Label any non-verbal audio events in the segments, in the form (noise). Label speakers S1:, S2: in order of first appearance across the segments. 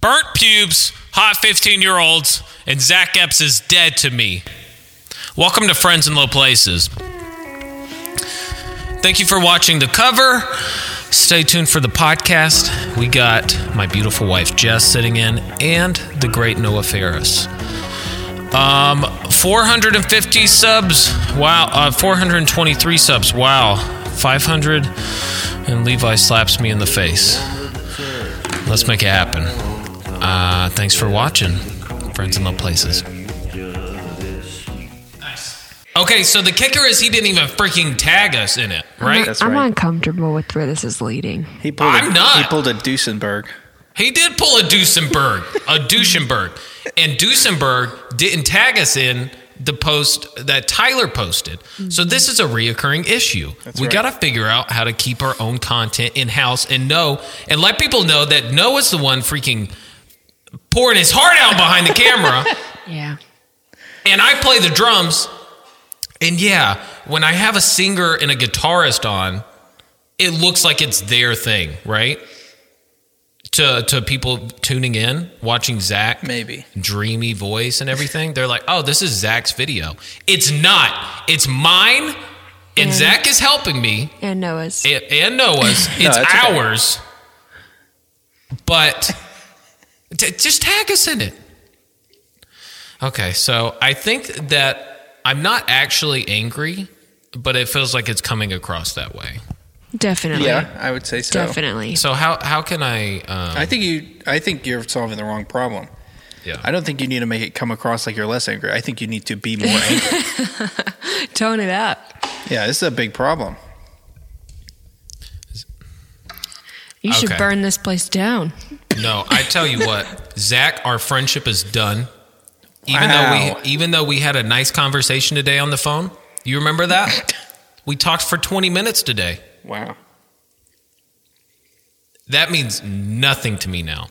S1: burnt pubes, hot 15 year olds, and Zach Epps is dead to me. Welcome to Friends in Low Places. Thank you for watching the cover. Stay tuned for the podcast. We got my beautiful wife Jess sitting in and the great Noah Ferris. Um, 450 subs. Wow. Uh, 423 subs. Wow. 500. And Levi slaps me in the face. Let's make it happen. Uh, thanks for watching, Friends in Low Places. Nice. Okay, so the kicker is he didn't even freaking tag us in it, right?
S2: That's
S3: I'm
S2: right.
S3: uncomfortable with where this is leading.
S2: He pulled.
S1: I'm
S2: a,
S1: not.
S2: He pulled a Duesenberg.
S1: He did pull a Duesenberg, a Duesenberg, and Duesenberg didn't tag us in the post that Tyler posted. So this is a reoccurring issue. we
S2: right.
S1: got to figure out how to keep our own content in house and know and let people know that Noah's the one freaking pouring his heart out behind the camera,
S3: Yeah.
S1: and I play the drums. And yeah, when I have a singer and a guitarist on, it looks like it's their thing, right? To to people tuning in, watching Zach
S2: Maybe.
S1: dreamy voice and everything, they're like, "Oh, this is Zach's video." It's not. It's mine, and
S3: And-
S1: Zach is helping me
S3: And Noah's.
S1: and, and Noah's.
S2: (laughs) No,
S1: It's
S2: it's okay.
S1: ours, but t- just tag us in it. Okay, so I think that I'm not actually angry, but it feels like it's coming across that way.
S3: Definitely.
S2: Yeah, I would say so.
S3: Definitely.
S1: So how how can I? Um,
S2: I think you. I think you're solving the wrong problem.
S1: yeah.
S2: I don't think you need to make it come across like you're less angry. I think you need to be more angry.
S3: (laughs) Tone it up.
S2: yeah, this is a big problem.
S3: You should
S1: Okay.
S3: burn this place down.
S1: No, I tell you
S2: (laughs)
S1: what, Zach, our friendship is done. Even
S2: Wow.
S1: though we even though we had a nice conversation today on the phone, you remember
S2: (coughs)
S1: that? we talked for 20 minutes today.
S2: Wow.
S1: That means nothing to me now.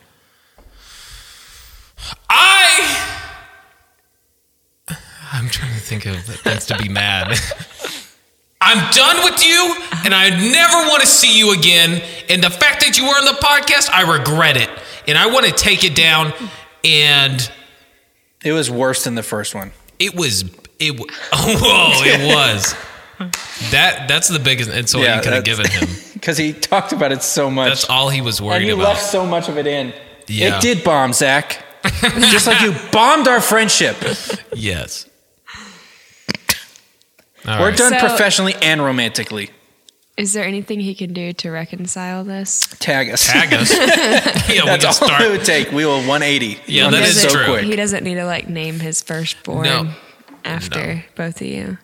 S1: I I'm trying to think of things to be mad. (laughs) I'm done with you and I never want to see you again. And the fact that you were on the podcast, I regret it. And I want to take it down and
S2: It was worse than the first one.
S1: it was it (laughs) w- whoa, it was. That that's the biggest insult
S2: Yeah,
S1: Oh, you could have
S2: that's-
S1: given
S2: (laughs)
S1: him.
S2: Because he talked about it so much.
S1: That's all he was
S2: and
S1: worried
S2: you
S1: about.
S2: left so much of it in.
S1: Yeah.
S2: It did
S1: (laughs)
S2: bomb, Zach. Just like you bombed our friendship.
S1: Yes. All
S2: We're
S1: right.
S2: done
S3: So-
S2: professionally and romantically.
S3: Is there anything he can do to reconcile this?
S2: Tag us.
S1: Tag us. yeah, we
S2: (laughs) That's
S1: can
S2: all
S1: start.
S2: it would take. We will 180.
S1: Yeah,
S2: on
S1: that
S2: this
S1: is
S3: doesn't-
S1: true.
S3: He doesn't need to like name his firstborn
S1: No.
S3: after both of you.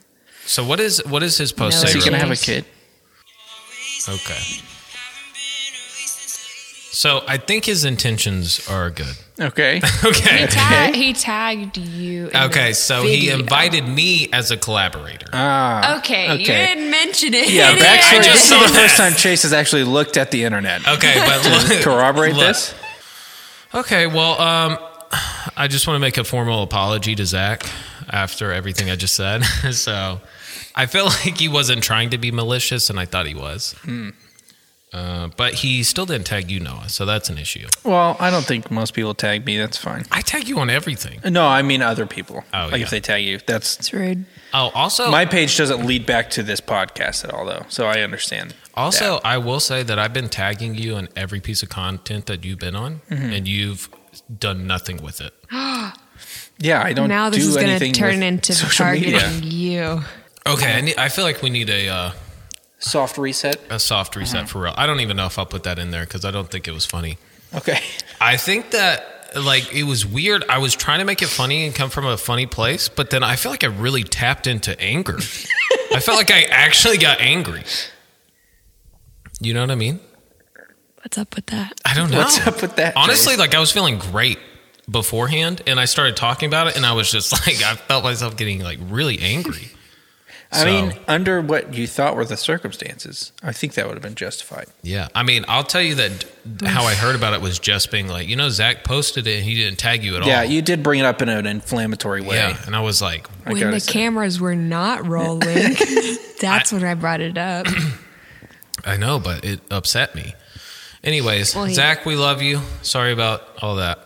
S1: So what is what is his post say?
S3: No, Is he
S1: really?
S3: gonna have a kid?
S1: okay. So I think his intentions are good. (laughs)
S2: Okay.
S1: Okay.
S3: He, tag- he tagged you. in the
S1: Okay, so he
S3: video.
S1: invited me as a collaborator.
S3: (laughs)
S2: Ah.
S3: Okay, you
S2: Okay.
S3: didn't mention it. (laughs)
S2: yeah,
S1: I
S2: backstory.
S1: just
S2: This is
S1: saw
S2: the
S1: that.
S2: first time Chase has actually looked at the internet.
S1: okay, but look,
S2: Corroborate
S1: look.
S2: this?
S1: Okay, well, um, I just want to make a formal apology to Zach after everything I just said. (laughs) so I feel (laughs) like he wasn't trying to be malicious, and I thought he was. Uh, but he still didn't tag you, Noah, so that's an issue.
S2: Well, I don't think most people tag me. That's fine.
S1: I tag you on everything.
S2: No, I mean other people.
S1: Oh,
S2: like
S1: yeah.
S2: if they tag you, that's
S3: It's rude.
S1: Oh, also,
S2: my page doesn't lead back to this podcast at all, though. So I understand.
S1: also, I will say that I've been tagging you on every piece of content that you've been on, and you've done nothing with it.
S2: Yeah, I don't.
S3: Now this
S2: do
S3: is going to
S2: anything
S3: turn
S2: with
S3: into
S2: social media.
S3: targeting you.
S1: Okay, I, need, I feel like we need a uh,
S2: Soft reset.
S1: a soft reset for real. I don't even know if I'll put that in there because I don't think it was funny.
S2: Okay.
S1: I think that like it was weird. I was trying to make it funny and come from a funny place, but then I feel like I really tapped into
S2: (laughs)
S1: anger. I felt like I actually got angry. You know what I mean?
S3: What's up with that?
S1: I don't know.
S2: What's up with that?
S1: Honestly,
S2: Jace?
S1: like I was feeling great beforehand and I started talking about it and I was just (laughs) like I felt myself getting like really angry.
S2: I mean, under what you thought were the circumstances, I think that would have been justified.
S1: Yeah. I mean, I'll tell you that how I heard about it was just being like, you know, Zach posted it and he didn't tag you at
S2: Yeah,
S1: all.
S2: you did bring it up in an inflammatory way.
S1: yeah. And I was like,
S2: I
S3: when
S2: gotta
S3: the
S2: say.
S3: cameras were
S1: (laughs)
S3: not rolling,
S1: Um,
S3: that's when I brought it up.
S1: I know, but it upset me. Anyways,
S3: Well, he-
S1: Zach, we love you. Sorry about all that.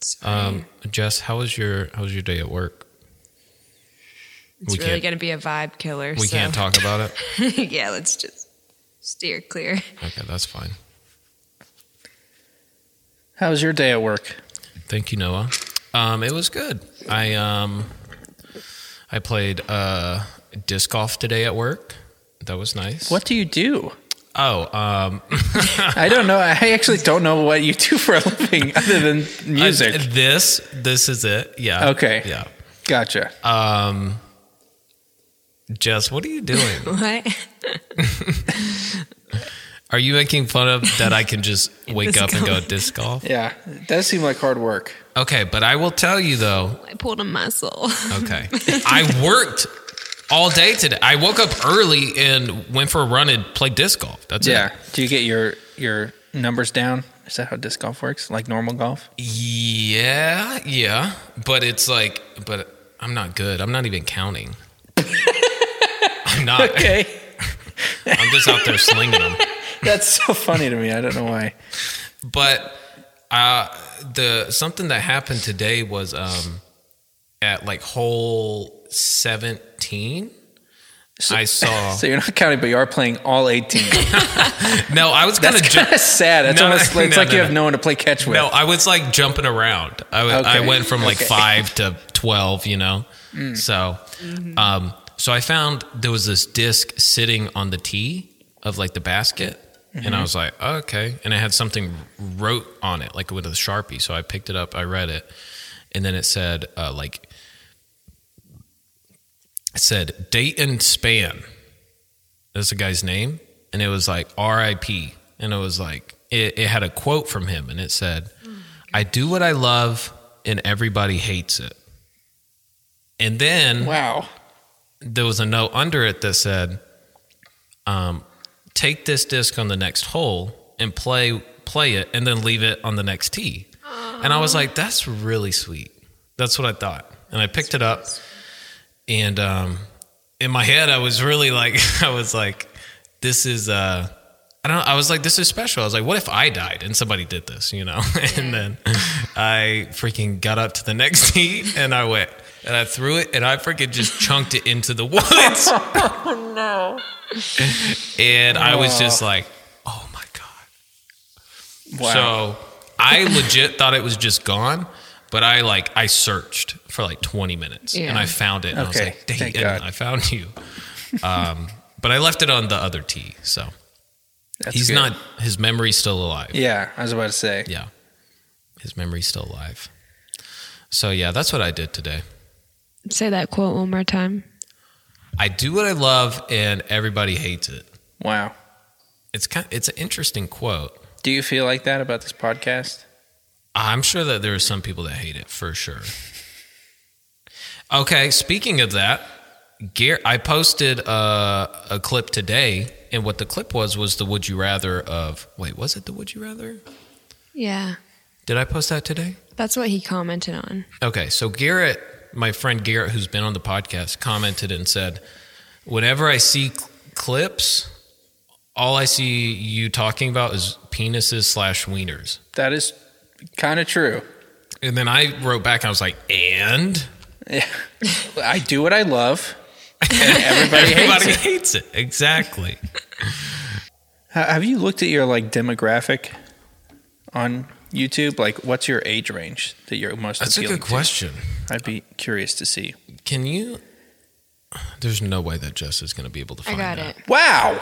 S3: Sorry.
S1: Um, Jess, how was your how was your day at work?
S3: it's
S1: we
S3: really
S1: can't-
S3: going to be a vibe killer.
S1: We
S3: so.
S1: can't talk about it.
S3: (laughs) yeah, let's just steer clear. (laughs)
S1: Okay, that's fine.
S2: How was your day at work?
S1: Thank you, Noah. Um, it was good. I um, I played uh, disc golf today at work. That was nice.
S2: What do you do?
S1: Oh, um, (laughs)
S2: I don't know. I actually don't know what you do for a living (laughs) other than music.
S1: I- (laughs) this this is it. Yeah.
S2: Okay.
S1: Yeah.
S2: gotcha.
S1: Um, Jess, what are you doing?
S3: What?
S1: Are you making fun of that I can just wake
S3: Disc
S1: up and go
S3: golf.
S1: disc golf?
S2: Yeah, it does seem like hard work.
S1: Okay, but I will tell you though.
S3: I pulled a muscle.
S1: Okay. I worked all day today. I woke up early and went for a run and played disc golf. That's
S2: Yeah.
S1: it.
S2: Do you get your your numbers down? Is that how disc golf works? Like
S1: (laughs)
S2: normal golf?
S1: Yeah, yeah. But it's like but I'm not good. I'm not even counting. I'm not.
S2: Okay.
S1: I'm just out there slinging them.
S2: That's so funny to me. I don't know why.
S1: But uh, the something that happened today was um, at like hole seventeen. I saw.
S2: (laughs) So you're not counting, but you are playing
S1: (laughs)
S2: all 18.
S1: no, I was gonna.
S2: That's
S1: Ju-
S2: kind of sad. That's
S1: No,
S2: almost,
S1: no,
S2: it's like
S1: no,
S2: you
S1: no.
S2: have no one to play catch with.
S1: no, I was like jumping around. I, w- I
S2: Okay.
S1: went from like
S2: Okay. Mm.
S1: five to twelve. You know. So,
S2: Mm-hmm.
S1: um, so I found there was this disc sitting on the tee of like the basket. And I
S2: Mm-hmm.
S1: was like, "Oh, okay. And it had something wrote on it, like with a sharpie. So I picked it up, I read it, and then it said, uh, like, it said Dayton Span. That's the guy's name. And it was like R.I.P. And it was like, it, it had a quote from him and it said, I do what I love and everybody hates it. And then
S2: Wow.
S1: there was a note under it that said, um, take this disc on the next hole and play play it and then leave it on the next tee. And I was like, that's really sweet. That's what I thought. And I picked it up and um, in my head I was really like (laughs) I was like, this is uh I don't I was like, this is special. I was like, what if I died and somebody did this, you know? (laughs) and then I freaking got up to the next (laughs) tee and I went and I threw it and I freaking just chunked it into the (laughs)
S2: (laughs)
S1: woods.
S3: no.
S1: And I was just
S2: Oh.
S1: like, oh my God.
S2: Wow.
S1: So I legit thought it was just gone, but I like, I searched for like 20 minutes and
S3: Yeah.
S1: I found it. And I was
S2: Okay,
S1: like, dang
S2: thank
S1: it,
S2: God.
S1: I found you. Um, but I left it on the other tee. So
S2: That's
S1: he's
S2: good.
S1: not, his memory's still alive.
S2: Yeah, I was about to say.
S1: Yeah. His memory's still alive. So yeah, that's what I did today.
S3: (laughs) Say that quote one more time.
S1: I do what I love and everybody hates it.
S2: Wow.
S1: It's kind it's an interesting quote.
S2: Do you feel like that about this podcast?
S1: I'm sure that there are some people that hate it for sure. Okay, speaking of that, Gar- I posted uh, a clip today, and what the clip was was the "Would You Rather" of wait, was it the "Would You Rather"?
S3: Yeah.
S1: Did I post that today?
S3: That's what he commented on.
S1: Okay, so Garrett, my friend Garrett, who's been on the podcast, commented and said, "Whenever I see cl- clips, all I see you talking about is penises slash wieners."
S2: That is kind of true.
S1: And then I wrote back, I was like, "And."
S2: Yeah. I do what I love,
S1: (laughs)
S2: and everybody hates
S1: Everybody
S2: it.
S1: hates it. Exactly.
S2: Ha- Have you looked at your like demographic on YouTube? Like, what's your age range that you're most
S1: That's a
S2: appealing
S1: good question.
S2: to? I'd be curious to see.
S1: Can you? There's no way that Jess is going to be able to
S3: I
S1: find
S3: got
S1: that.
S3: it.
S2: Wow.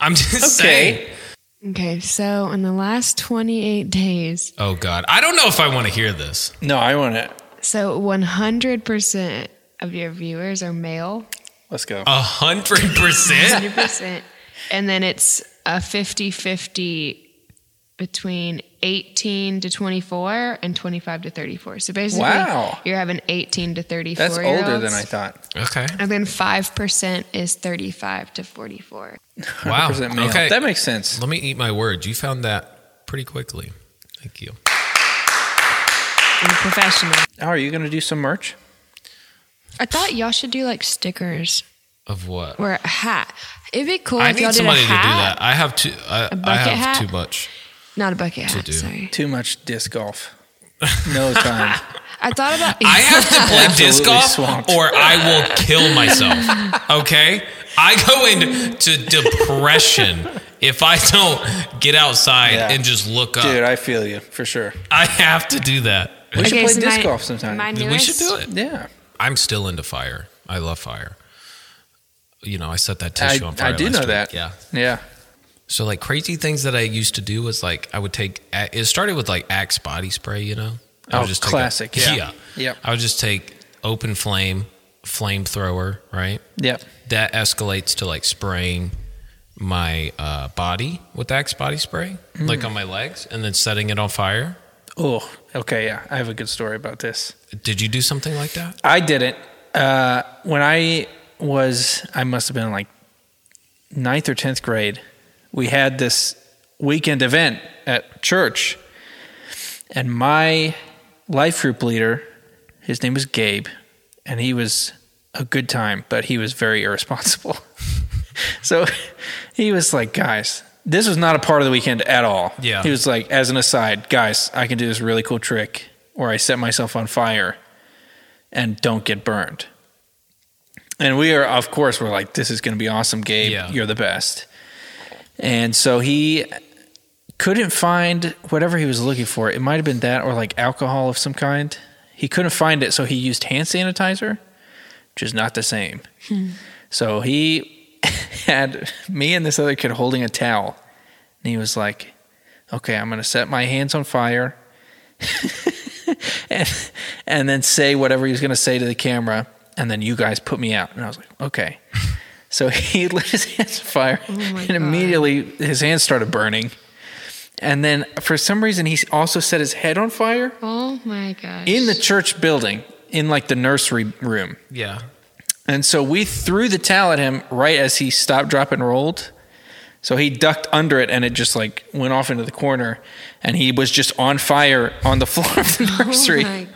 S1: I'm just
S2: Okay.
S1: saying.
S3: Okay, so in the last 28 days,
S1: Oh God, I don't know if I want to hear this.
S2: No, I want to.
S3: so 100% of your viewers are male.
S2: Let's go.
S1: A hundred
S3: (laughs)
S1: percent.
S3: 100%. and then it's a 50 50 between 18 to 24 and 25 to 34. So basically,
S2: Wow.
S3: you're having 18 to 34.
S2: That's
S3: year
S2: older than
S3: olds.
S2: I thought.
S1: Okay.
S3: And then 5% is 35 to 44.
S1: Wow.
S2: 100% male.
S1: Oh, Okay.
S2: That makes sense.
S1: Let me eat my words. You found that pretty quickly. Thank you.
S3: And professional.
S2: Oh, are you going to do some merch?
S3: I thought y'all should do like stickers.
S1: Of what?
S3: Wear a hat. It'd be cool
S1: I
S3: if y'all
S1: need
S3: did
S1: somebody
S3: a
S1: to do
S3: hat.
S1: that. I have too. I, I
S3: bucket
S1: have
S3: hat?
S1: too much.
S3: (laughs) Not a bucket hat.
S1: do.
S3: Sorry.
S2: Too much disc golf. No time.
S3: I thought about.
S1: I have to play disc
S2: Absolutely
S1: golf,
S2: swamped.
S1: or I will kill myself. Okay, I go into depression if I don't get outside
S2: Yeah.
S1: and just look up.
S2: Dude, I feel you for sure.
S1: I have to do that.
S2: We should
S3: Okay,
S2: play
S3: so
S2: disc
S3: my-
S2: golf sometime.
S3: my
S1: We should do
S3: newest-
S1: it.
S2: yeah.
S1: I'm still into fire. I love fire. You know, I set that
S2: I,
S1: tissue on fire.
S2: I do
S1: last
S2: know
S1: week.
S2: that.
S1: Yeah.
S2: Yeah.
S1: So like crazy things that I used to do was like I would take. It started with like Axe body spray. You know. I
S2: Oh,
S1: would just take a-
S2: classic. Yeah. Yep.
S1: I would just take open flame, flamethrower. Right.
S2: Yep.
S1: that escalates to like spraying my uh, body with Axe body spray,
S2: Mm.
S1: like on my legs, and then setting it on fire.
S2: Oh, okay. Yeah. I have a good story about this.
S1: Did you do something like that?
S2: I didn't. Uh, when I was, I must have been like ninth or 10th grade, we had this weekend event at church. And my life group leader, his name was Gabe, and he was a good time, but he was very (laughs) irresponsible. so he was like, guys, this was not a part of the weekend at all.
S1: Yeah.
S2: He was like, as an aside, guys, I can do this really cool trick where I set myself on fire and don't get burned. And we are, of course, we're like, this is going to be awesome, Gabe.
S1: Yeah.
S2: You're the best. And so he couldn't find whatever he was looking for. It might have been that or like alcohol of some kind. He couldn't find it, so he used hand sanitizer, which is not the same. So he (laughs) had me and this other kid holding a towel. And he was like, okay, I'm going to set my hands on fire (laughs) and, and then say whatever he was going to say to the camera. And then you guys put me out. And I was like, okay.
S3: (laughs)
S2: So he (laughs) lit his hands on fire
S3: Oh my
S2: and
S3: God.
S2: immediately his hands started burning. And then for some reason, he also set his head on fire
S3: Oh my gosh.
S2: in the church building, in like the nursery room.
S1: Yeah.
S2: And so we threw the towel at him right as he stopped, drop, and rolled. So he ducked under it and it just like went off into the corner and he was just on fire on the (laughs) floor of the nursery.
S3: Oh my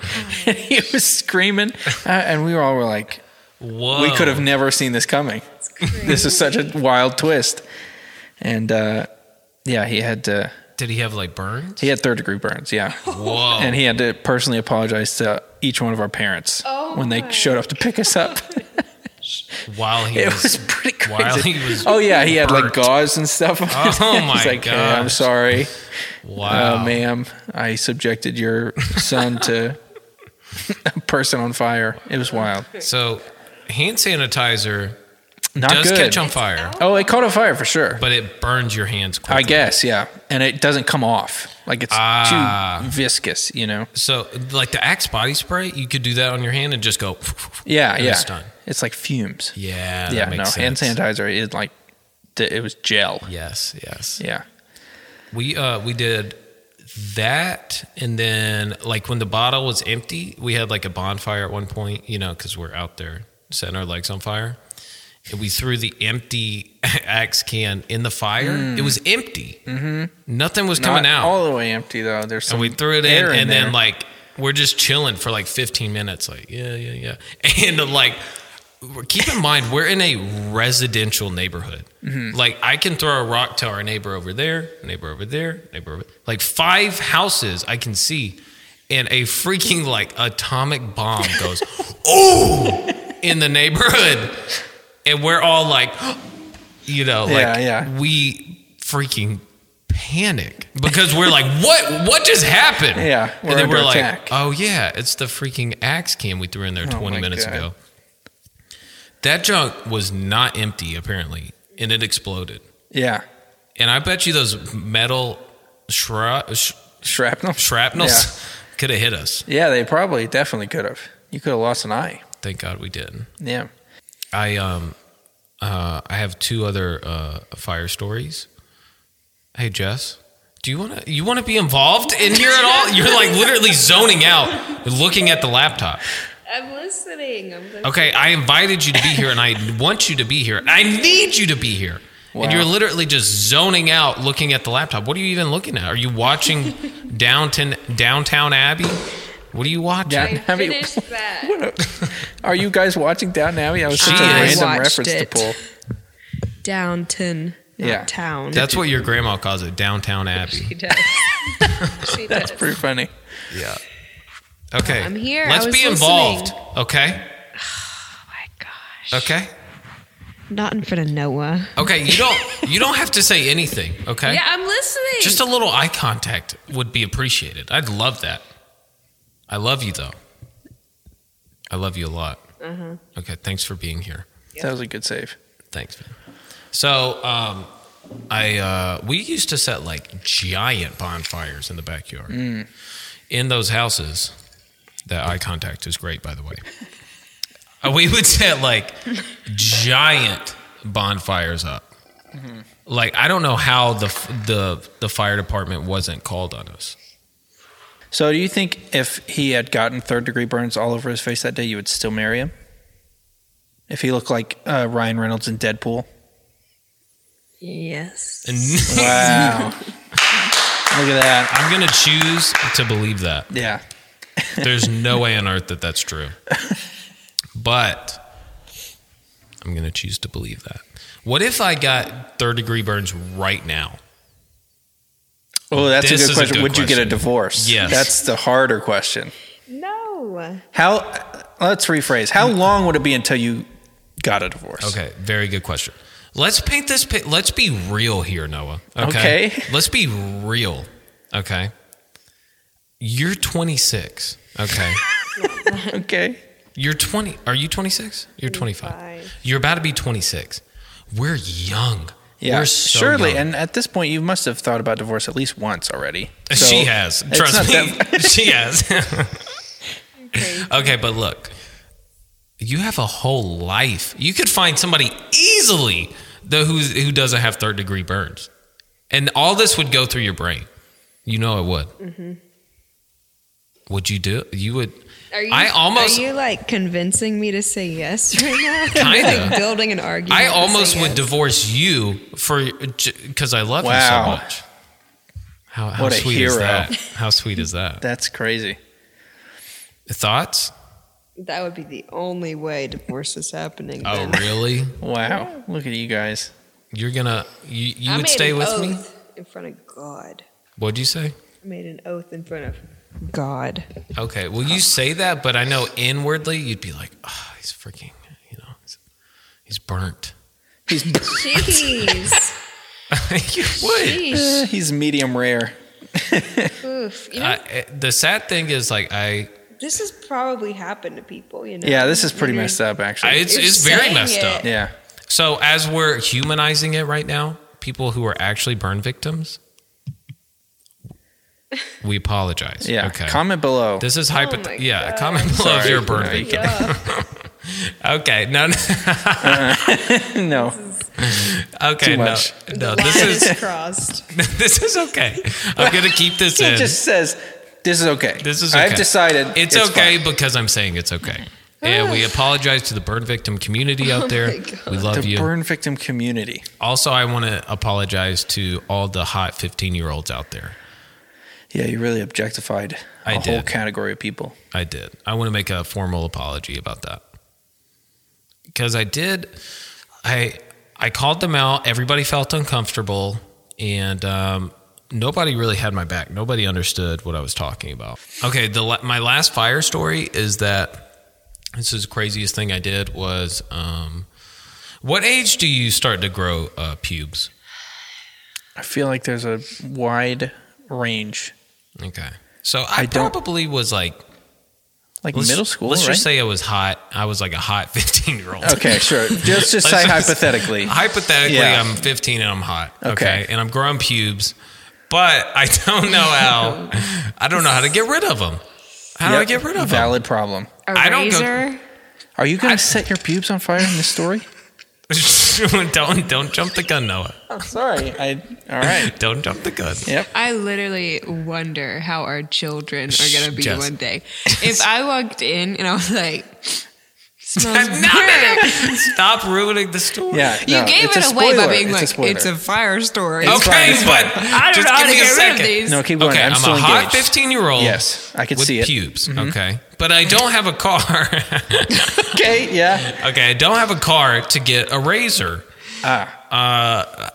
S2: and (laughs) he was screaming. Uh, and we were all were like,
S1: Whoa.
S2: we could have never seen this coming. This is such a wild twist. And uh, yeah, he had uh,
S1: Did he have like burns?
S2: (laughs) he had third degree burns. Yeah.
S1: Whoa.
S2: And he had to personally apologize to each one of our parents
S3: Oh
S2: when they
S3: my
S2: showed up to pick us up.
S1: while he
S2: It
S1: was,
S2: was pretty crazy.
S1: While he was.
S2: Oh yeah, he had like
S1: burnt.
S2: gauze and stuff. (laughs) On his
S1: Oh,
S2: head.
S1: my
S2: He's like, "Hey, I'm
S1: gosh.
S2: sorry,
S1: Wow.
S2: uh, ma'am. I subjected your son to (laughs) a person on fire. It was wild.
S1: So hand sanitizer
S2: Not
S1: does
S2: good.
S1: catch on fire,
S2: oh, it caught on fire for sure.
S1: but it burns your hands quickly.
S2: I guess, yeah. And it doesn't come off. Like it's
S1: Ah.
S2: too viscous, you know.
S1: So like the Axe body spray, you could do that on your hand and just go.
S2: Yeah,
S1: and
S2: yeah.
S1: It's done.
S2: It's like fumes.
S1: Yeah.
S2: yeah,
S1: that
S2: no,
S1: makes
S2: hand
S1: sense.
S2: sanitizer is like it was gel.
S1: Yes. Yes.
S2: Yeah.
S1: We uh we did that and then like when the bottle was empty, we had like a bonfire at one point, you know, cuz we're out there setting our legs on fire. And we threw the empty (laughs) axe can in the fire. It was empty. Mm-hmm. Nothing was coming
S2: Mm. Not
S1: out.
S2: all the way empty though. There's some
S1: and we threw it in,
S2: air
S1: and
S2: there.
S1: then like we're just chilling for like 15 minutes. Like yeah, yeah, yeah. (laughs) And like keep in mind we're in a residential neighborhood.
S2: Mm-hmm.
S1: Like I can throw a rock to our neighbor over there, neighbor over there, neighbor over like five houses I can see, and a freaking like atomic bomb goes oh in the neighborhood, and we're all like, (gasps) you know, like
S2: Yeah, yeah.
S1: we freaking panic because we're like, (laughs) what? What just happened?
S2: Yeah,
S1: and
S2: we're
S1: then we're
S2: under
S1: like,
S2: attack. Oh
S1: oh yeah, it's the freaking axe can we threw in there 20
S2: my
S1: minutes
S2: God.
S1: ago. That junk was not empty apparently, and it exploded.
S2: yeah,
S1: And I bet you those metal shra- sh-
S2: shrapnel.
S1: shrapnels (laughs) could have hit us.
S2: Yeah, they probably definitely could have. You could have lost an eye.
S1: Thank God we didn't.
S2: Yeah.
S1: I um uh I have two other uh fire stories. Hey Jess, do you want to you want to be involved in here at all? You're like literally zoning out looking at the laptop.
S3: I'm listening. I'm listening.
S1: Okay, I invited you to be here and I want you to be here. I need you to be here. And you're
S2: Wow.
S1: literally just zoning out (laughs) looking at the laptop. What are you even looking at? Are you watching downtown downtown Abbey? What are you watching?
S2: Yeah.
S4: I
S2: Have you-
S4: finished
S2: (laughs)
S4: that.
S2: Are you guys watching Down Abbey? I was such a
S1: She is.
S2: random
S4: I watched
S2: reference
S4: it.
S2: to pull.
S4: Downton, not
S2: Yeah.
S4: town.
S1: That's what your grandma calls it, Downtown
S4: (laughs) she
S1: Abbey.
S3: (laughs)
S4: does. Oh she does.
S2: Pretty funny.
S1: Yeah. Okay.
S4: I'm here. I
S1: Let's
S4: was
S1: be involved. Okay.
S4: Oh my gosh.
S1: Okay.
S4: Not in front of Noah.
S1: Okay. You don't. You don't have to say anything. Okay.
S4: Yeah, I'm listening.
S1: Just a little eye contact would be appreciated. I'd love that. I love you though. I love you a lot.
S4: Uh-huh.
S1: Okay. Thanks for being here.
S2: That was a good save.
S1: Thanks, man. So, um, I uh, we used to set like giant bonfires in the backyard in those houses. That eye contact is great, by the way. Uh, we would set like giant bonfires up. Like I don't know how the f- the the fire department wasn't called on us.
S2: So, do you think if he had gotten third degree burns all over his face that day, you would still marry him? If he looked like uh, Ryan Reynolds in Deadpool?
S4: yes.
S1: And (laughs)
S2: (laughs) Wow. Look at that.
S1: I'm gonna choose to believe that.
S2: Yeah.
S1: There's no way on earth that that's true. But I'm going to choose to believe that. What if I got third degree burns right now?
S2: Oh, that's
S1: This
S2: a
S1: is a
S2: good question.
S1: good
S2: would you get a
S1: question.
S2: divorce?
S1: Yes.
S2: That's the harder question.
S4: No.
S2: How, let's rephrase, how long would it be until you got a divorce?
S1: Mm-hmm. Okay, very good question. Let's paint this. Pi- let's be real here, Noah.
S2: Okay.
S1: Let's be real. Okay. You're 26. Okay.
S2: Okay.
S1: You're 20. Are you 26? You're 25.
S4: 25.
S1: You're about to be 26. We're young.
S2: Yeah,
S1: We're so
S2: surely.
S1: young.
S2: And at this point, you must have thought about divorce at least once already. So-
S1: she has.
S2: it's
S1: Trust
S2: not
S1: me. (laughs)
S2: that-
S1: she
S2: (laughs)
S1: has. okay, but look, you have a whole life. You could find somebody easily though who's, who doesn't have third degree burns, and all this would go through your brain. You know it would. Mm-hmm. Would you do? You
S2: (laughs)
S1: would.
S4: Are you,
S1: I almost-
S4: Are you like convincing me to say yes right
S1: (laughs)
S4: now?
S1: Kinda.
S4: like building an argument.
S1: I
S4: to
S1: almost
S4: say
S1: would
S4: yes.
S1: divorce you for because I love
S2: Wow.
S1: you so much. How, how
S2: What a
S1: sweet is
S2: hero.
S1: that? How sweet is
S2: (laughs)
S1: that?
S2: That's crazy.
S1: Thoughts?
S4: That would be the only way divorce is happening.
S1: Oh,
S4: then.
S1: really?
S2: Wow. Look at you guys.
S1: You're gonna you, you
S4: I
S1: would
S4: made
S1: stay
S4: an
S1: with me.
S4: oath in front of God.
S1: What'd you say?
S4: I made an oath in front of God.
S1: Okay, well you say that, but I know inwardly you'd be like, oh, he's freaking, you know, he's, he's burnt. (laughs)
S2: He's
S4: (laughs) Jeez.
S1: you would.
S4: Jeez.
S2: (laughs) he's medium rare.
S4: Oof. You know,
S1: I, eh, the sad thing is, like, I,
S4: this has probably happened to people. You know.
S2: Yeah, this is pretty
S4: You're-
S2: messed up, actually.
S1: I it's,
S4: You're
S1: it's very
S4: saying
S1: messed
S4: it.
S1: up.
S2: yeah.
S1: So as we're humanizing it right now, people who are actually burn
S4: (laughs)
S1: victims, we apologize.
S2: Yeah.
S1: Okay.
S2: Comment below.
S1: this is
S4: Oh my
S1: hypothetical. yeah.
S4: God.
S1: Comment below if
S2: sorry.
S1: you're a burn
S2: No, you
S1: victim.
S4: (laughs) Yeah.
S1: Okay. No. (laughs) no
S2: (laughs) no.
S1: okay.
S2: Too
S1: No.
S2: much.
S1: No. (laughs) This is
S4: crossed.
S1: (laughs) this is okay. I'm gonna keep this
S2: He
S1: in.
S2: just says, this is okay.
S1: this is.
S2: I've
S1: okay.
S2: decided.
S1: It's, okay
S2: fine.
S1: because I'm saying it's okay. And we apologize to the burn victim community out there.
S4: my God.
S1: We love
S2: The
S1: you.
S2: burn victim community.
S1: also, I want to apologize to all the hot 15 year olds out there.
S2: Yeah, you really objectified a
S1: I
S2: whole
S1: did.
S2: category of people.
S1: I did. I want to make a formal apology about that because I did. I I called them out. Everybody felt uncomfortable, and um, nobody really had my back. Nobody understood what I was talking about. Okay, the la- my last fire story is that this is the craziest thing I did was. Um, what age do you start to grow uh, pubes?
S2: I feel like there's a wide range.
S1: Okay, so I,
S2: I don't-
S1: probably was like
S2: Like
S1: let's-
S2: middle school,
S1: Let's
S2: right?
S1: just say I was hot. I was like a hot (laughs) fifteen year old. (laughs)
S2: okay, sure. Just just
S1: Let's
S2: say
S1: just- (laughs)
S2: hypothetically.
S1: Hypothetically,
S2: Yeah.
S1: I'm 15 and I'm hot. Okay.
S2: Okay.
S1: And I'm growing pubes, but I don't know how. I don't know how to get rid of them. How do I
S2: Yep,
S1: get rid of them?
S2: Valid problem.
S3: A
S1: I don't go-
S3: razor.
S2: Are you going to set your pubes on fire in this story?
S1: (laughs) don't don't jump the gun, Noah.
S2: I'm sorry. I all right.
S1: Don't jump the gun.
S2: (laughs)
S1: (laughs)
S2: Yep.
S3: I literally wonder how our children are going to be
S1: Jess.
S3: one day. If I walked in and I was like,
S1: (laughs)
S3: smells burnt.
S1: Stop, Stop ruining the story.
S2: Yeah,
S4: You
S2: no,
S4: gave
S2: it's a
S4: it away by
S2: spoiler.
S4: being
S2: It's a
S4: like,
S2: spoiler.
S4: it's a fire story.
S1: Okay,
S2: fine, it's
S1: but
S3: I don't
S1: just
S3: know how
S1: give
S3: to
S1: me a
S3: get rid of
S1: second.
S3: these.
S2: no, keep going.
S1: Okay, I'm,
S2: I'm, still
S1: a hot
S2: engaged.
S1: 15 year old.
S2: Yes, I could
S1: with
S2: see it. Mm-hmm.
S1: pubes. Okay, but I don't have a car. (laughs)
S2: Okay, (laughs) yeah.
S1: okay, I don't have a car to get a razor.
S2: Ah,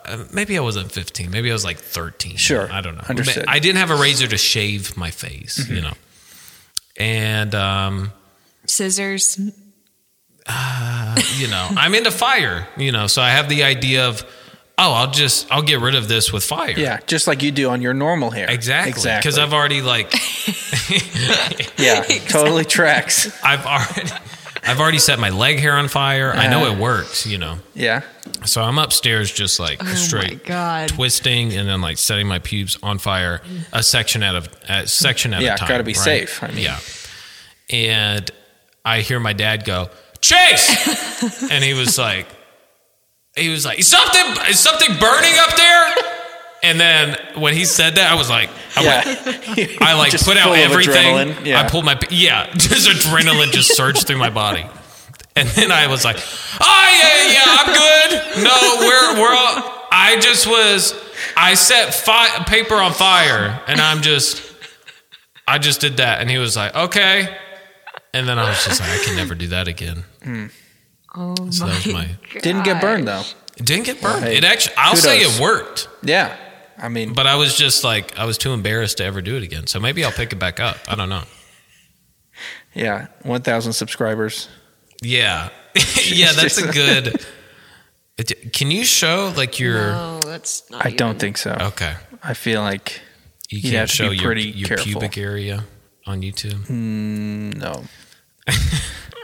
S1: Uh, maybe I wasn't 15. Maybe I was like 13.
S2: Sure.
S1: I don't know.
S2: Understood. Mm-hmm.
S1: I didn't have a razor to shave my face, you know. And um,
S4: Scissors.
S1: you know, I'm into fire, you know, so I have the idea of oh, I'll just I'll get rid of this with fire.
S2: yeah, just like you do on your normal hair.
S1: Exactly.
S2: Exactly.
S1: Cuz I've already like (laughs)
S2: yeah, totally tracks.
S1: I've already I've already set my leg hair on fire. I know it works, you know.
S2: Yeah.
S1: So I'm upstairs just like
S4: Oh my
S1: straight
S4: God.
S1: twisting and then like setting my pubes on fire a section at a, a section at
S2: Yeah,
S1: a time.
S2: gotta be
S1: right?
S2: safe, I mean.
S1: Yeah. And I hear my dad go, Chase
S2: (laughs)
S1: and he was like he was like, "Is something is something burning up there? And then when he said that, I was like, I went,
S2: Yeah.
S1: I like
S2: Just
S1: put out
S2: full of
S1: everything.
S2: adrenaline. Yeah.
S1: I pulled my yeah, (laughs) just adrenaline just surged through my body. And then I was like, "Oh yeah, yeah, I'm good. No, we're we're all." I just was. I set fi- paper on fire, and I'm just. I just did that, and he was like, "Okay," and then I was just like, "I can never do that again."
S4: Oh
S1: So that was
S4: my.
S1: my.
S2: (laughs) Didn't get burned though.
S1: It didn't get burned.
S2: Hey,
S1: It actually. I'll say
S2: kudos.
S1: it worked,
S2: Yeah. I mean,
S1: but I was just like, I was too embarrassed to ever do it again. So maybe I'll pick it back up. I don't know.
S2: yeah, 1,000 subscribers.
S1: Yeah. (laughs)
S2: (laughs)
S1: yeah, that's a
S2: Jesus.
S1: good. It- Can you show like your
S4: No, Oh, that's not.
S2: I don't think so.
S1: okay?
S2: I feel like
S1: You
S2: You'd
S1: can't
S2: have to
S1: show
S2: be
S1: your
S2: pretty
S1: your
S2: careful. Hmm.
S1: pubic area on YouTube.
S2: mm, no.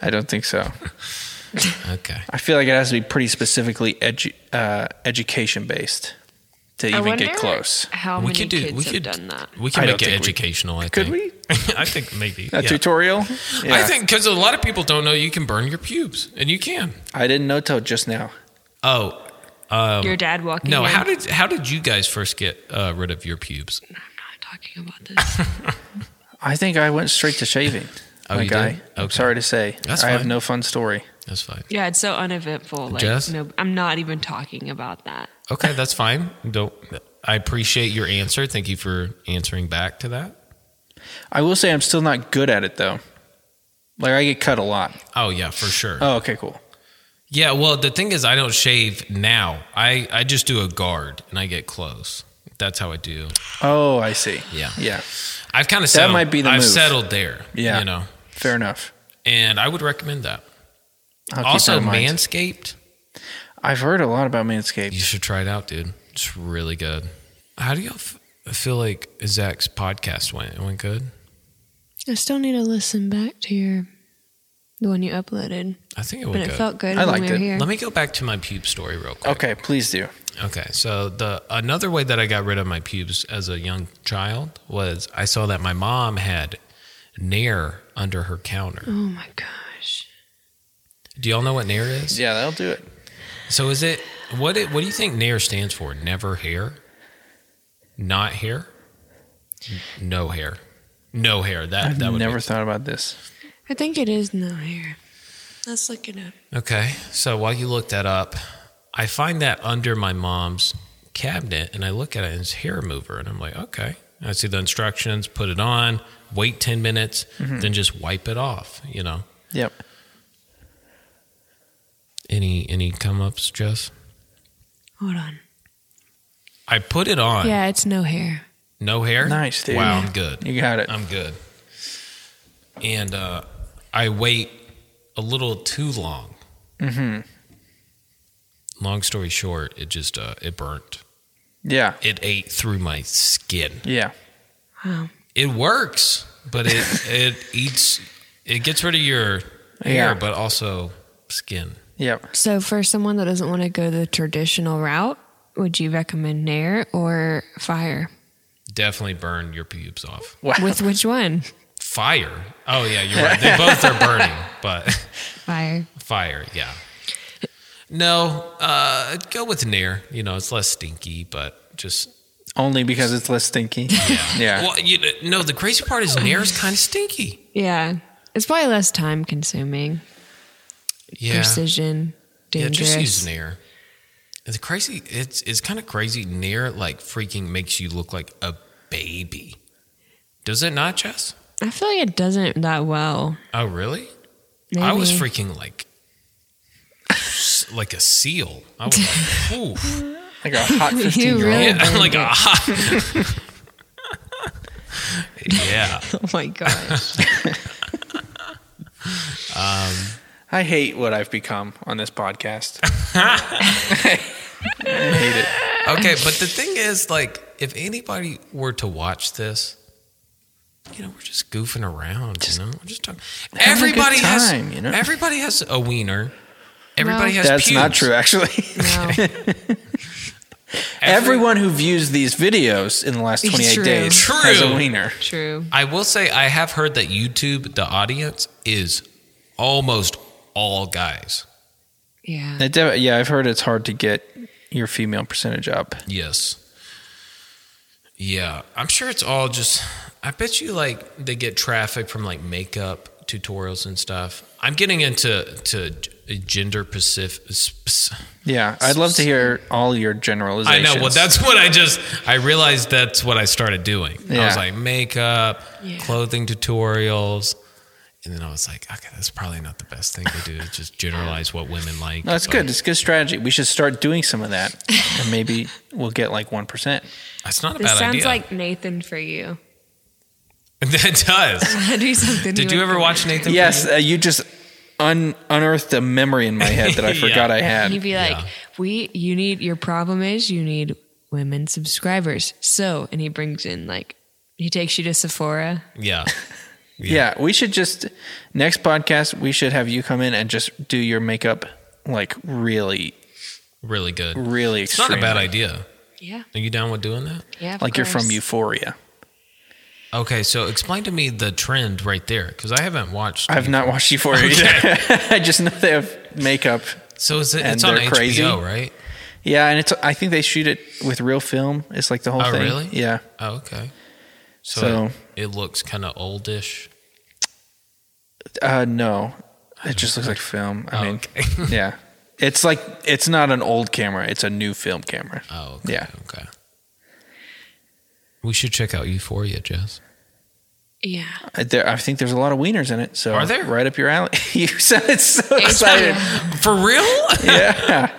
S2: I don't think so.
S1: Okay.
S2: I feel like it has to be pretty specifically edu- uh, education based to even get close.
S4: How
S1: we
S4: many
S1: could do.
S4: kids
S1: we
S4: have
S1: could
S4: done that?
S1: We can
S2: I
S1: make
S2: don't
S1: it
S2: think we-
S1: educational. I
S2: Could
S1: think.
S2: we?
S1: (laughs) I think maybe.
S2: A
S1: yeah.
S2: tutorial?
S1: I
S2: Yeah.
S1: think because a lot of people don't know you can burn your pubes, and you can.
S2: I didn't know till just now.
S1: Oh
S4: Your dad walking.
S1: no!
S4: in.
S1: How did how did you guys first get uh, rid of your pubes?
S4: I'm not talking about this.
S2: I think I went straight to shaving.
S1: (laughs) Oh,
S2: my
S1: you
S2: guy.
S1: did?
S2: I'm
S1: Okay.
S2: sorry to say.
S1: That's
S2: I have
S1: fine.
S2: no fun story.
S1: That's fine.
S4: yeah, it's so uneventful. Like,
S1: Jess?
S4: no, I'm not even talking about that.
S1: Okay, that's fine. Don't. I appreciate your answer. Thank you for answering back to that.
S2: I will say I'm still not good at it though. Like I get cut a lot.
S1: Oh yeah, for sure.
S2: Oh, okay, cool.
S1: Yeah, well, the thing is, I don't shave now. I, I just do a guard and I get close. That's how I do.
S2: Oh, I see.
S1: Yeah.
S2: Yeah.
S1: I've kind of settled.
S2: might be the
S1: I've
S2: move.
S1: settled there.
S2: Yeah.
S1: you know,
S2: Fair enough.
S1: and I would recommend that.
S2: I'll keep that
S1: also,
S2: in mind.
S1: Manscaped.
S2: I've heard a lot about
S1: You
S2: Manscaped.
S1: should try it out, dude. It's really good. How do y'all f- feel like Zach's podcast went? It went good.
S3: I still need to listen back to your the one you uploaded,
S1: I think it
S3: but
S1: went
S3: it
S1: good.
S3: felt good
S2: I
S3: when
S2: liked
S3: we were
S2: it.
S3: here.
S1: Let me go back to my pube story real quick.
S2: Okay, please do.
S1: Okay, so the another way that I got rid of my pubes as a young child was I saw that my mom had Nair under her counter.
S3: oh my gosh!
S1: Do y'all know what Nair is?
S2: Yeah, that'll do it.
S1: So is it what? It, what do you think Nair stands for? Never hair, not hair, N- no hair, no hair. That
S2: I've
S1: that would
S2: never thought about this.
S3: I think it is now here. Let's look it up.
S1: Be, okay. So while you look that up, I find that under my mom's cabinet, and I look at it and it's hair remover, and I'm like, okay. I see the instructions. Put it on. Wait ten minutes,
S2: Mm-hmm.
S1: then just wipe it off. You know.
S2: Yep.
S1: Any any come ups, Jess?
S3: Hold on.
S1: I put it on.
S3: Yeah, it's no hair.
S1: No hair.
S2: Nice, dude.
S1: Wow, I'm good.
S2: You got it.
S1: I'm good. And uh, I wait a little too long.
S2: Mhm.
S1: Long story short, it just uh, it burnt.
S2: Yeah.
S1: It ate through my skin.
S2: Yeah.
S3: Wow.
S1: It works, but it it eats. It gets rid of your hair,
S2: Yeah.
S1: but also skin.
S2: Yep.
S3: So for someone that doesn't want to go the traditional route, would you recommend Nair or
S1: (laughs)
S3: Fire?
S1: Definitely burn your pubes off.
S2: Wow.
S3: With which one?
S1: Fire. Oh yeah, you're right. They both are burning, but. (laughs)
S3: Fire.
S1: Fire, yeah. No, uh, go with Nair. You know, it's less stinky, but just
S2: Only because it's less
S1: (laughs)
S2: stinky. yeah.
S1: well, you no. The crazy part is Nair is kind of stinky.
S3: Yeah. It's probably less time consuming.
S1: Yeah.
S3: precision, dangerous.
S1: Yeah, just use near. It's crazy. It's it's kind of crazy. Near like freaking makes you look like a baby. Does it not, Jess?
S3: I feel like it doesn't that well.
S1: Oh, really? I was
S3: Maybe.
S1: freaking like s- like a seal. I was
S3: (laughs)
S1: like, oof.
S2: Like
S1: (laughs)
S2: a hot
S3: You
S2: 15 year
S3: really-
S2: old.
S1: Yeah, (laughs) like a hot. (laughs) yeah.
S3: (laughs) Oh my gosh.
S2: I hate what I've become on this
S1: (laughs)
S2: podcast. I hate it.
S1: Okay, but the thing is, like, if anybody were to watch this, you know, we're just goofing around. you know, we're just talking.
S2: a good
S1: Everybody has.
S2: time, you know?
S1: Everybody has a wiener. Everybody
S3: No.
S1: has.
S2: That's not
S1: pubes.
S2: true, actually.
S1: (laughs)
S3: No.
S1: Every-
S2: (laughs) Everyone who views these videos in the last
S3: It's
S2: 28
S3: true.
S2: days
S1: True.
S2: has a wiener.
S3: True.
S1: I will say, I have heard that YouTube, the audience, is almost all guys.
S3: Yeah.
S2: It de- yeah, I've heard it's hard to get your female percentage up.
S1: Yes. Yeah, I'm sure it's all just. I bet you like they get traffic from like makeup tutorials and stuff. I'm getting into to g- gender specific.
S2: Yeah, I'd love to hear all your
S1: I
S2: generalizations.
S1: know. Well, that's what I just. I realized that's what I started doing. I
S2: Yeah.
S1: was like makeup,
S3: Yeah.
S1: clothing tutorials, and then I was like, okay, that's probably not the best thing to do. is Just generalize what women like.
S2: No, it's
S1: But
S2: good. It's good strategy. We should start doing some of that, and maybe we'll get like one percent.
S1: That's not a
S3: This
S1: bad
S3: sounds
S1: idea.
S3: like Nathan for you.
S1: (laughs)
S3: (laughs)
S1: that does.
S3: Do something.
S1: Did you
S3: would
S1: ever
S3: do.
S1: watch Nathan?
S2: Yes, uh, you just un- unearthed a memory in my head that I
S1: Yeah.
S2: forgot I
S3: He'd
S2: had.
S3: be like,
S1: Yeah.
S3: "We, you need your problem is you need women subscribers." So, and he brings in like he takes you to Sephora.
S1: Yeah.
S2: Yeah, we should just next podcast we should have you come in and just do your makeup like really,
S1: Really good.
S2: really
S1: It's not
S2: extreme.
S1: a bad idea.
S3: Yeah,
S1: Are you down with doing that?
S3: yeah. of
S2: Like you're from
S3: course.
S2: Euphoria.
S1: Okay, so explain to me the trend right there because I haven't watched.
S2: I've not watched Euphoria. yet. (laughs) I just know they have makeup.
S1: so is it,
S2: and
S1: it's on
S2: they're
S1: HBO,
S2: crazy.
S1: right?
S2: Yeah, and it's I think they shoot it with real film. It's like the whole
S1: Oh,
S2: thing.
S1: really?
S2: Yeah.
S1: Oh, okay. So,
S2: So-
S1: it, it looks kind of oldish.
S2: Uh, no, it just looks like film. I
S1: Oh,
S2: mean,
S1: okay. (laughs)
S2: yeah, it's like it's not an old camera; it's a new film camera.
S1: Oh, okay,
S2: Yeah.
S1: Okay. We should check out Euphoria, Jess.
S3: Yeah,
S2: Uh, There, I think there's a lot of wieners in it. So
S1: Are there?
S2: right up your alley? (laughs) you sounded so
S3: It's
S2: (laughs) excited.
S1: For real? (laughs)
S2: yeah,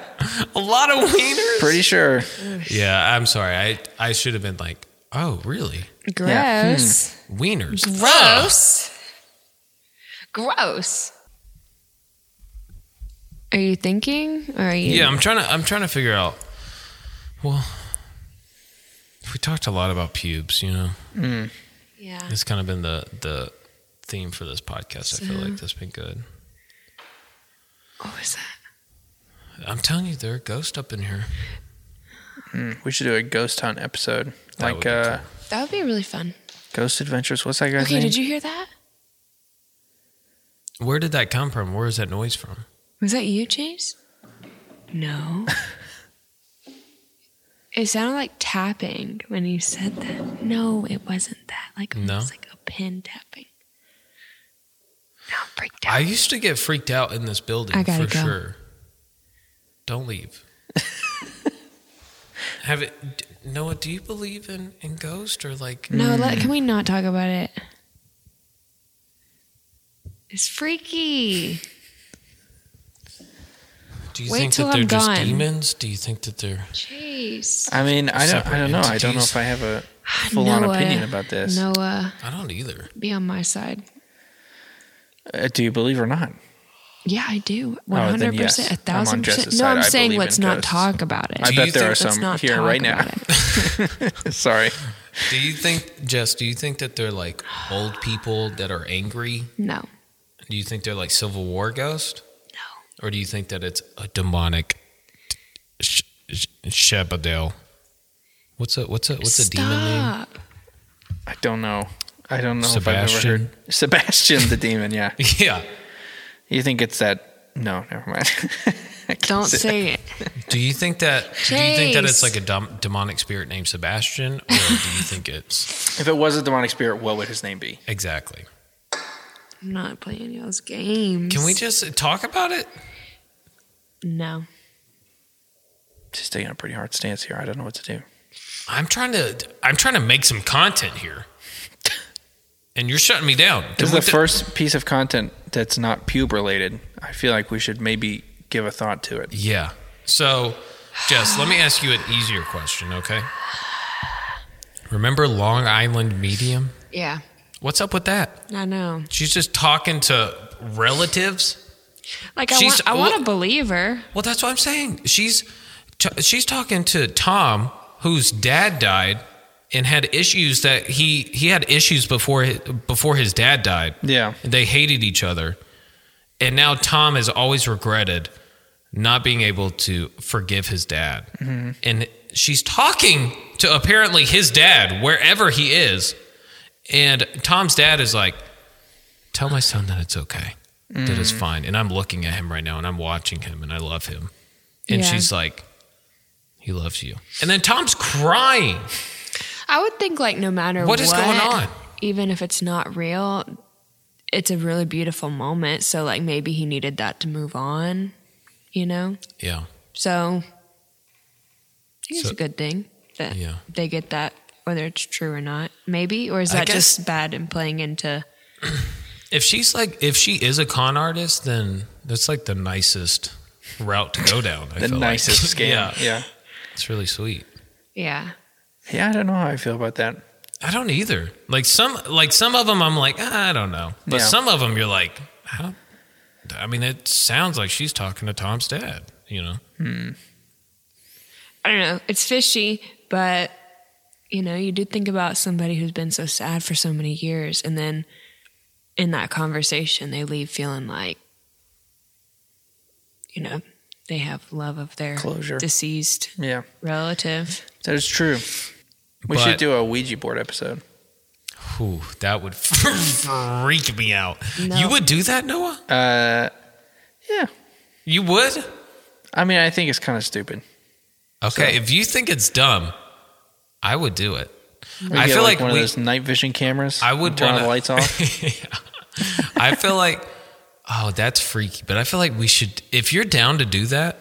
S1: a lot of wieners.
S2: pretty sure.
S1: Yeah, I'm sorry. I I should have been like, oh, really?
S3: gross,
S2: Yeah. Hmm.
S1: Wieners. Ugh.
S3: gross, gross. Are you thinking? Or are you?
S1: Yeah, I'm trying to. I'm trying to figure out. Well, we talked a lot about pubes. You know,
S3: Yeah.
S1: it's kind of been the the theme for this podcast. I feel like that's been good.
S3: What was that?
S1: I'm telling you, there are ghosts up in here.
S2: We should do a ghost hunt episode,
S1: That would
S2: like
S1: be
S2: uh,
S3: That would be really fun.
S2: Ghost Adventures. What's that guy's
S3: Okay,
S2: name?
S3: did you hear that?
S1: Where did that come from? Where is that noise from?
S3: Was that you, Chase? No. (laughs) it sounded like tapping when you said that. No, it wasn't that. Like
S1: No?
S3: almost like a pin tapping. Now I'm freaked out.
S1: I used to get freaked out in this building
S3: I
S1: for
S3: gotta go.
S1: sure. Don't
S3: (laughs)
S1: leave. Have it, d- Noah? Do you believe in in ghosts or like?
S3: no,
S2: Mm.
S3: let, can we not talk about it? It's freaky.
S1: Do you
S3: Wait
S1: think
S3: till
S1: that they're
S3: I'm
S1: just
S3: gone.
S1: demons? Do you think that they're?
S3: Chase.
S2: I mean, I don't, I
S1: Separate
S2: don't know. I don't know
S1: entities.
S2: if I have a full on
S3: Noah.
S2: opinion about this.
S3: Noah,
S1: I don't either.
S3: be on my side.
S2: Uh, do you believe or not? (laughs)
S3: Yeah, I do.
S2: Oh,
S3: 100%.
S2: then yes.
S3: A
S2: I'm on
S3: thousand percent.
S2: Jess's
S3: No,
S2: side.
S3: I'm
S2: I
S3: saying
S2: believe
S3: let's
S2: in
S3: not
S2: ghosts.
S3: talk about it.
S2: I
S1: Do
S2: bet
S1: you
S2: there are
S1: think-
S3: let's
S2: some
S3: not
S2: here
S3: talk
S2: right now.
S3: about it.
S2: Sorry.
S1: Do you think, Jess? Do you think that they're like old people that are angry?
S3: No.
S1: Do you think they're like Civil War ghost? No. Or do you think that it's a demonic sh- sh- Shebadel? What's a what's a what's a demon name?
S3: Stop.
S2: I don't know. I don't know if I've
S1: Sebastian.
S2: ever heard Sebastian the demon.
S1: (laughs)
S2: Yeah,
S1: Yeah.
S2: you think it's that? No, never mind. (laughs) I can't
S3: Don't
S2: that.
S3: say it.
S1: Do you think that do you think that it's
S3: Chase.
S1: like a dom- demonic spirit named Sebastian, or do
S3: (laughs)
S1: you think it's
S2: If it was a demonic spirit, what would his name be?
S1: exactly?
S3: I'm not playing y'all's games.
S1: Can we just talk about it?
S3: No.
S2: Just taking a pretty hard stance here. I don't know what to do.
S1: I'm trying to I'm trying to make some content here. And you're shutting me down.
S2: This is
S1: Don't
S2: the
S1: we-
S2: first piece of content that's not pube related. I feel like we should maybe give a thought to it.
S1: Yeah. So, Jess, let me ask you an easier question, okay? Remember Long Island Medium?
S3: Yeah,
S1: What's up with that?
S3: I know.
S1: She's just talking to relatives.
S3: Like
S1: She's-
S3: I want, I want
S1: well-
S3: to believe her.
S1: Well, that's what I'm saying. She's t- she's talking to Tom, whose dad died and had issues that he he had issues before hi- before his dad died.
S2: Yeah.
S1: They hated each other. And now Tom has always regretted not being able to forgive his dad. And she's talking to apparently his dad, wherever he is. And Tom's dad is like, Tell my son that it's okay, that it's fine. And I'm looking at him right now and I'm watching him and I love him. And
S3: Yeah.
S1: she's like, He loves you. And then Tom's crying.
S3: I would think like no matter
S1: What is going on?
S3: even if it's not real, it's a really beautiful moment. So like maybe he needed that to move on, you know.
S1: Yeah.
S3: So I think it's
S1: So-
S3: a good thing that
S1: Yeah.
S3: they get that, whether it's true or not. Maybe, or is
S1: I
S3: that
S1: guess-
S3: just bad and playing into?
S1: If she's like, if she is a con artist, then that's like the nicest route to go down. I
S2: The
S1: feel like.
S2: nicest
S1: (laughs)
S2: scam.
S1: yeah,
S2: yeah.
S1: it's really sweet.
S3: Yeah,
S2: Yeah, I don't know how I feel about that.
S1: I don't either. Like some, like some of them, I'm like, "Ah, I don't know, but
S2: Yeah.
S1: some of them, you're like, I don't. I mean, it sounds like she's talking to Tom's dad. You know,
S3: I don't know. It's fishy, but you know, you do think about somebody who's been so sad for so many years, and then in that conversation, they leave feeling like, you know, they have love of their
S2: Closure.
S3: deceased
S2: Yeah,
S3: relative.
S2: that is true. We
S1: But-
S2: should do a Ouija board episode.
S1: Whew, that would (laughs) freak me out.
S3: No.
S1: You would do that, Noah?
S2: Uh, yeah.
S1: You would?
S2: I mean, I think it's kind of stupid.
S1: Okay, if you think it's dumb, I would do it.
S2: We
S1: I
S2: get,
S1: feel like,
S2: one
S1: we,
S2: of those night vision cameras.
S1: I would
S2: and turn
S1: wanna,
S2: all the
S1: (laughs)
S2: lights off.
S1: Yeah. I feel like, oh, that's freaky. But I feel like we should, if you're down to do that,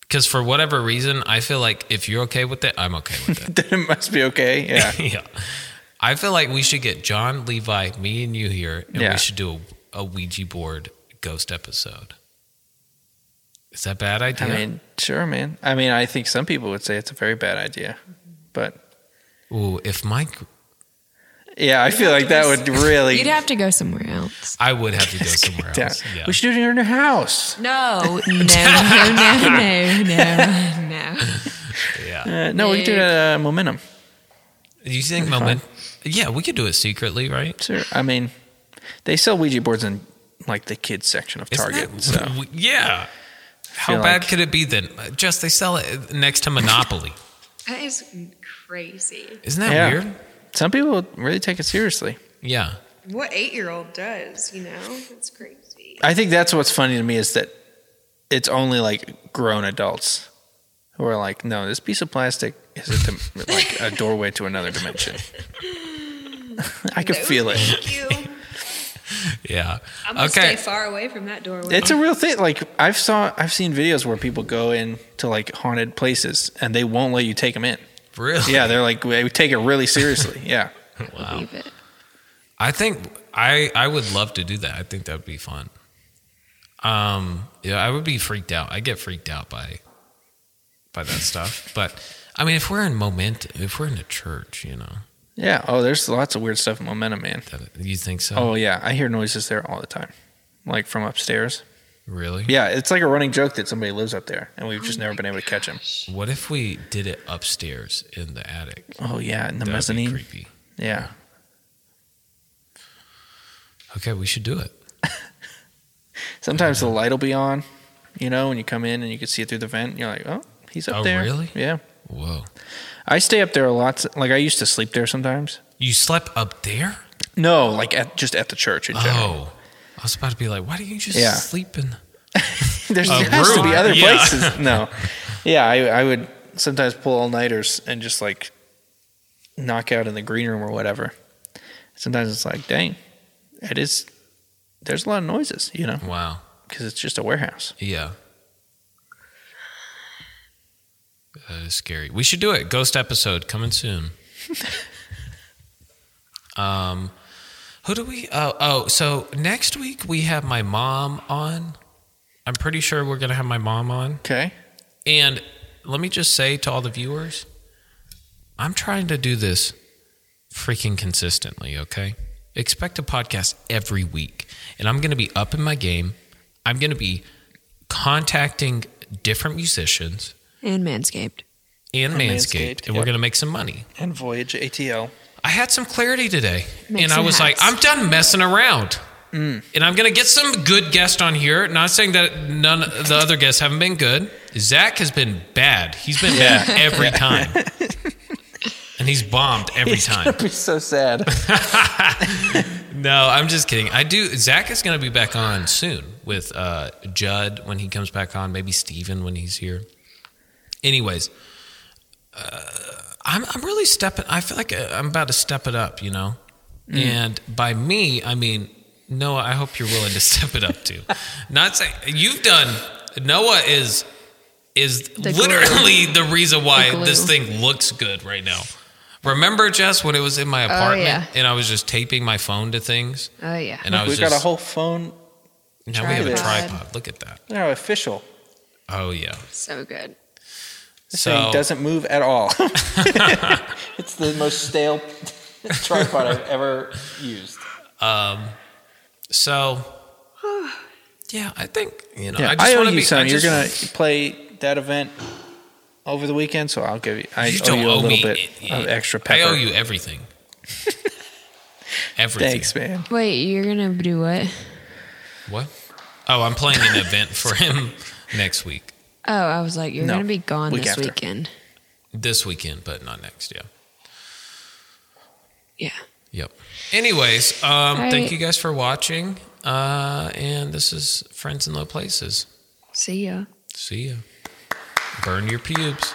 S1: because for whatever reason, I feel like if you're okay with it, I'm okay with it.
S2: (laughs) then it must be okay. (laughs) Yeah.
S1: (laughs) yeah. I feel like we should get John, Levi, me, and you here, and
S2: Yeah.
S1: we should do a, a Ouija board ghost episode. Is that a bad idea?
S2: I mean, sure, man. I mean, I think some people would say it's a very bad idea, but
S1: Ooh, if my,
S2: yeah, I feel like that would really.
S3: (laughs) You'd have to go somewhere else.
S1: I would have to
S2: (laughs)
S1: go somewhere
S2: Yeah.
S1: else. Yeah.
S2: We should do it in your house.
S3: No, no, no, no, no, no.
S2: (laughs)
S1: yeah.
S2: Uh, no, we could do it at uh, Momentum.
S1: Do you think moment? Yeah, we could do it secretly, right?
S2: Sure. I mean, they sell Ouija boards in like the kids section of
S1: Isn't
S2: Target.
S1: that-
S2: so
S1: w- yeah. How
S2: feel
S1: bad
S2: like-
S1: could it be then? Uh, Just they sell it next to Monopoly.
S3: That is crazy.
S1: Isn't that
S2: Yeah.
S1: weird?
S2: some people really take it seriously.
S1: Yeah.
S4: What eight year old does, you know?
S1: (laughs)
S4: It's crazy.
S2: I think that's what's funny to me is that it's only like grown adults who are like, no, this piece of plastic is a dim- (laughs) like a doorway to another dimension. (laughs) I can feel it.
S4: Thank you.
S1: Yeah.
S4: I'm gonna
S1: Okay.
S4: stay far away from that doorway.
S2: It's a real thing. Like I've saw, I've seen videos where people go in to like haunted places and they won't let you take them in.
S1: Really?
S2: Yeah, they're like, we take it really seriously. (laughs) Yeah,
S1: (laughs) Wow.
S3: Leave it.
S1: I think I I would love to do that. I think that would be fun. Um yeah, I would be freaked out. I get freaked out by by that stuff. But I mean if we're in moment if we're in a church, you know,
S2: yeah. Oh, there's lots of weird stuff in Momentum, man.
S1: that you think so?
S2: Oh yeah, I hear noises there all the time, like from upstairs.
S1: Really?
S2: Yeah, it's like a running joke that somebody lives up there, and we've just never been able to catch them.
S1: What if we did it upstairs in the attic?
S2: Oh yeah, in the
S1: That'd be
S2: mezzanine.
S1: creepy.
S2: Yeah,
S1: Okay, we should do it.
S2: sometimes the light will be on, you know, when you come in and you can see it through the vent. And you're like, oh, he's up
S1: Oh,
S2: there.
S1: really?
S2: Yeah.
S1: Whoa.
S2: I stay up there a lot. Like I used to sleep there sometimes.
S1: You slept up there?
S2: No, like at just at the church in general.
S1: Oh, I was about to be like, why do you just
S2: Yeah.
S1: sleep in?
S2: (laughs) There's
S1: A
S2: there has to
S1: room,
S2: be other
S1: yeah. (laughs)
S2: places. No, yeah, I, I would sometimes pull all nighters and just like knock out in the green room or whatever. Sometimes it's like, dang, it is there's a lot of noises, you know,
S1: Wow.
S2: because it's just a warehouse.
S1: Yeah. That is scary. We should do it. Ghost episode coming
S2: (laughs)
S1: soon. um, who do we? Oh, oh. So next week we have my mom on. I'm pretty sure we're gonna have my mom on.
S2: Okay.
S1: And let me just say to all the viewers, I'm trying to do this freaking consistently, okay? Expect a podcast every week. And I'm going to be up in my game. I'm going to be contacting different musicians
S3: and manscaped.
S1: and,
S2: And
S1: Manscaped,
S2: Manscaped,
S1: and we're
S2: yep.
S1: going to make some money.
S2: And Voyage ATL.
S1: I had some clarity today,
S3: Make
S1: and I
S3: some
S1: was like,
S3: hats.
S1: I'm done messing around. And I'm going to get some good guests on here. Not saying that none of the other guests haven't been good. Zach has been bad. He's been bad every time. And he's bombed (laughs) every time.
S2: That'd be
S1: (laughs)
S2: so sad.
S1: No, I'm just kidding. I do. Zach is going to be back on soon with uh, Judd when he comes back on, maybe Steven when he's here. Anyways, uh, I'm, I'm really stepping. I feel like uh, I'm about to step it up, you know? And by me, I mean, Noah, I hope you're willing to (laughs) step it up too. Not saying you've done, Noah is is
S3: The glue.
S1: literally the reason why
S3: The glue.
S1: this thing looks good right now. Remember, Jess, when it was in my apartment
S3: yeah.
S1: and I was just taping my phone to things?
S3: Oh yeah.
S1: And I was
S2: We've
S1: just,
S2: got a whole phone.
S1: now we have a
S3: tripod.
S1: tripod. Look at that.
S2: No, official.
S1: Oh, yeah.
S3: so good.
S2: This
S1: So-
S2: thing doesn't move at all.
S1: (laughs)
S2: (laughs) it's the most stale tripod I've ever used.
S1: um, So, yeah, I think, you know,
S2: Yeah,
S1: I
S2: I,
S1: just
S2: owe
S1: want to
S2: you
S1: be. I
S2: some. You're
S1: just-
S2: gonna play that event over the weekend, so I'll give you. I
S1: you
S2: owe
S1: don't
S2: you a
S1: owe
S2: little
S1: me
S2: bit
S1: it-
S2: of
S1: it-
S2: extra pepper.
S1: I owe you
S2: (laughs)
S1: everything. everything.
S2: Thanks, man.
S3: Wait, you're gonna do what?
S1: What? Oh, I'm playing an event for him (laughs) next week,
S3: Oh, I was like, you're
S2: No,
S3: gonna be gone
S2: week
S3: this
S2: after.
S3: weekend.
S1: this weekend, but not next. Yeah.
S3: Yeah.
S1: Yep. Anyways, um,
S3: right.
S1: thank you guys for watching. Uh, and this is Friends in Low Places.
S3: See ya.
S1: See ya. Burn your pubes.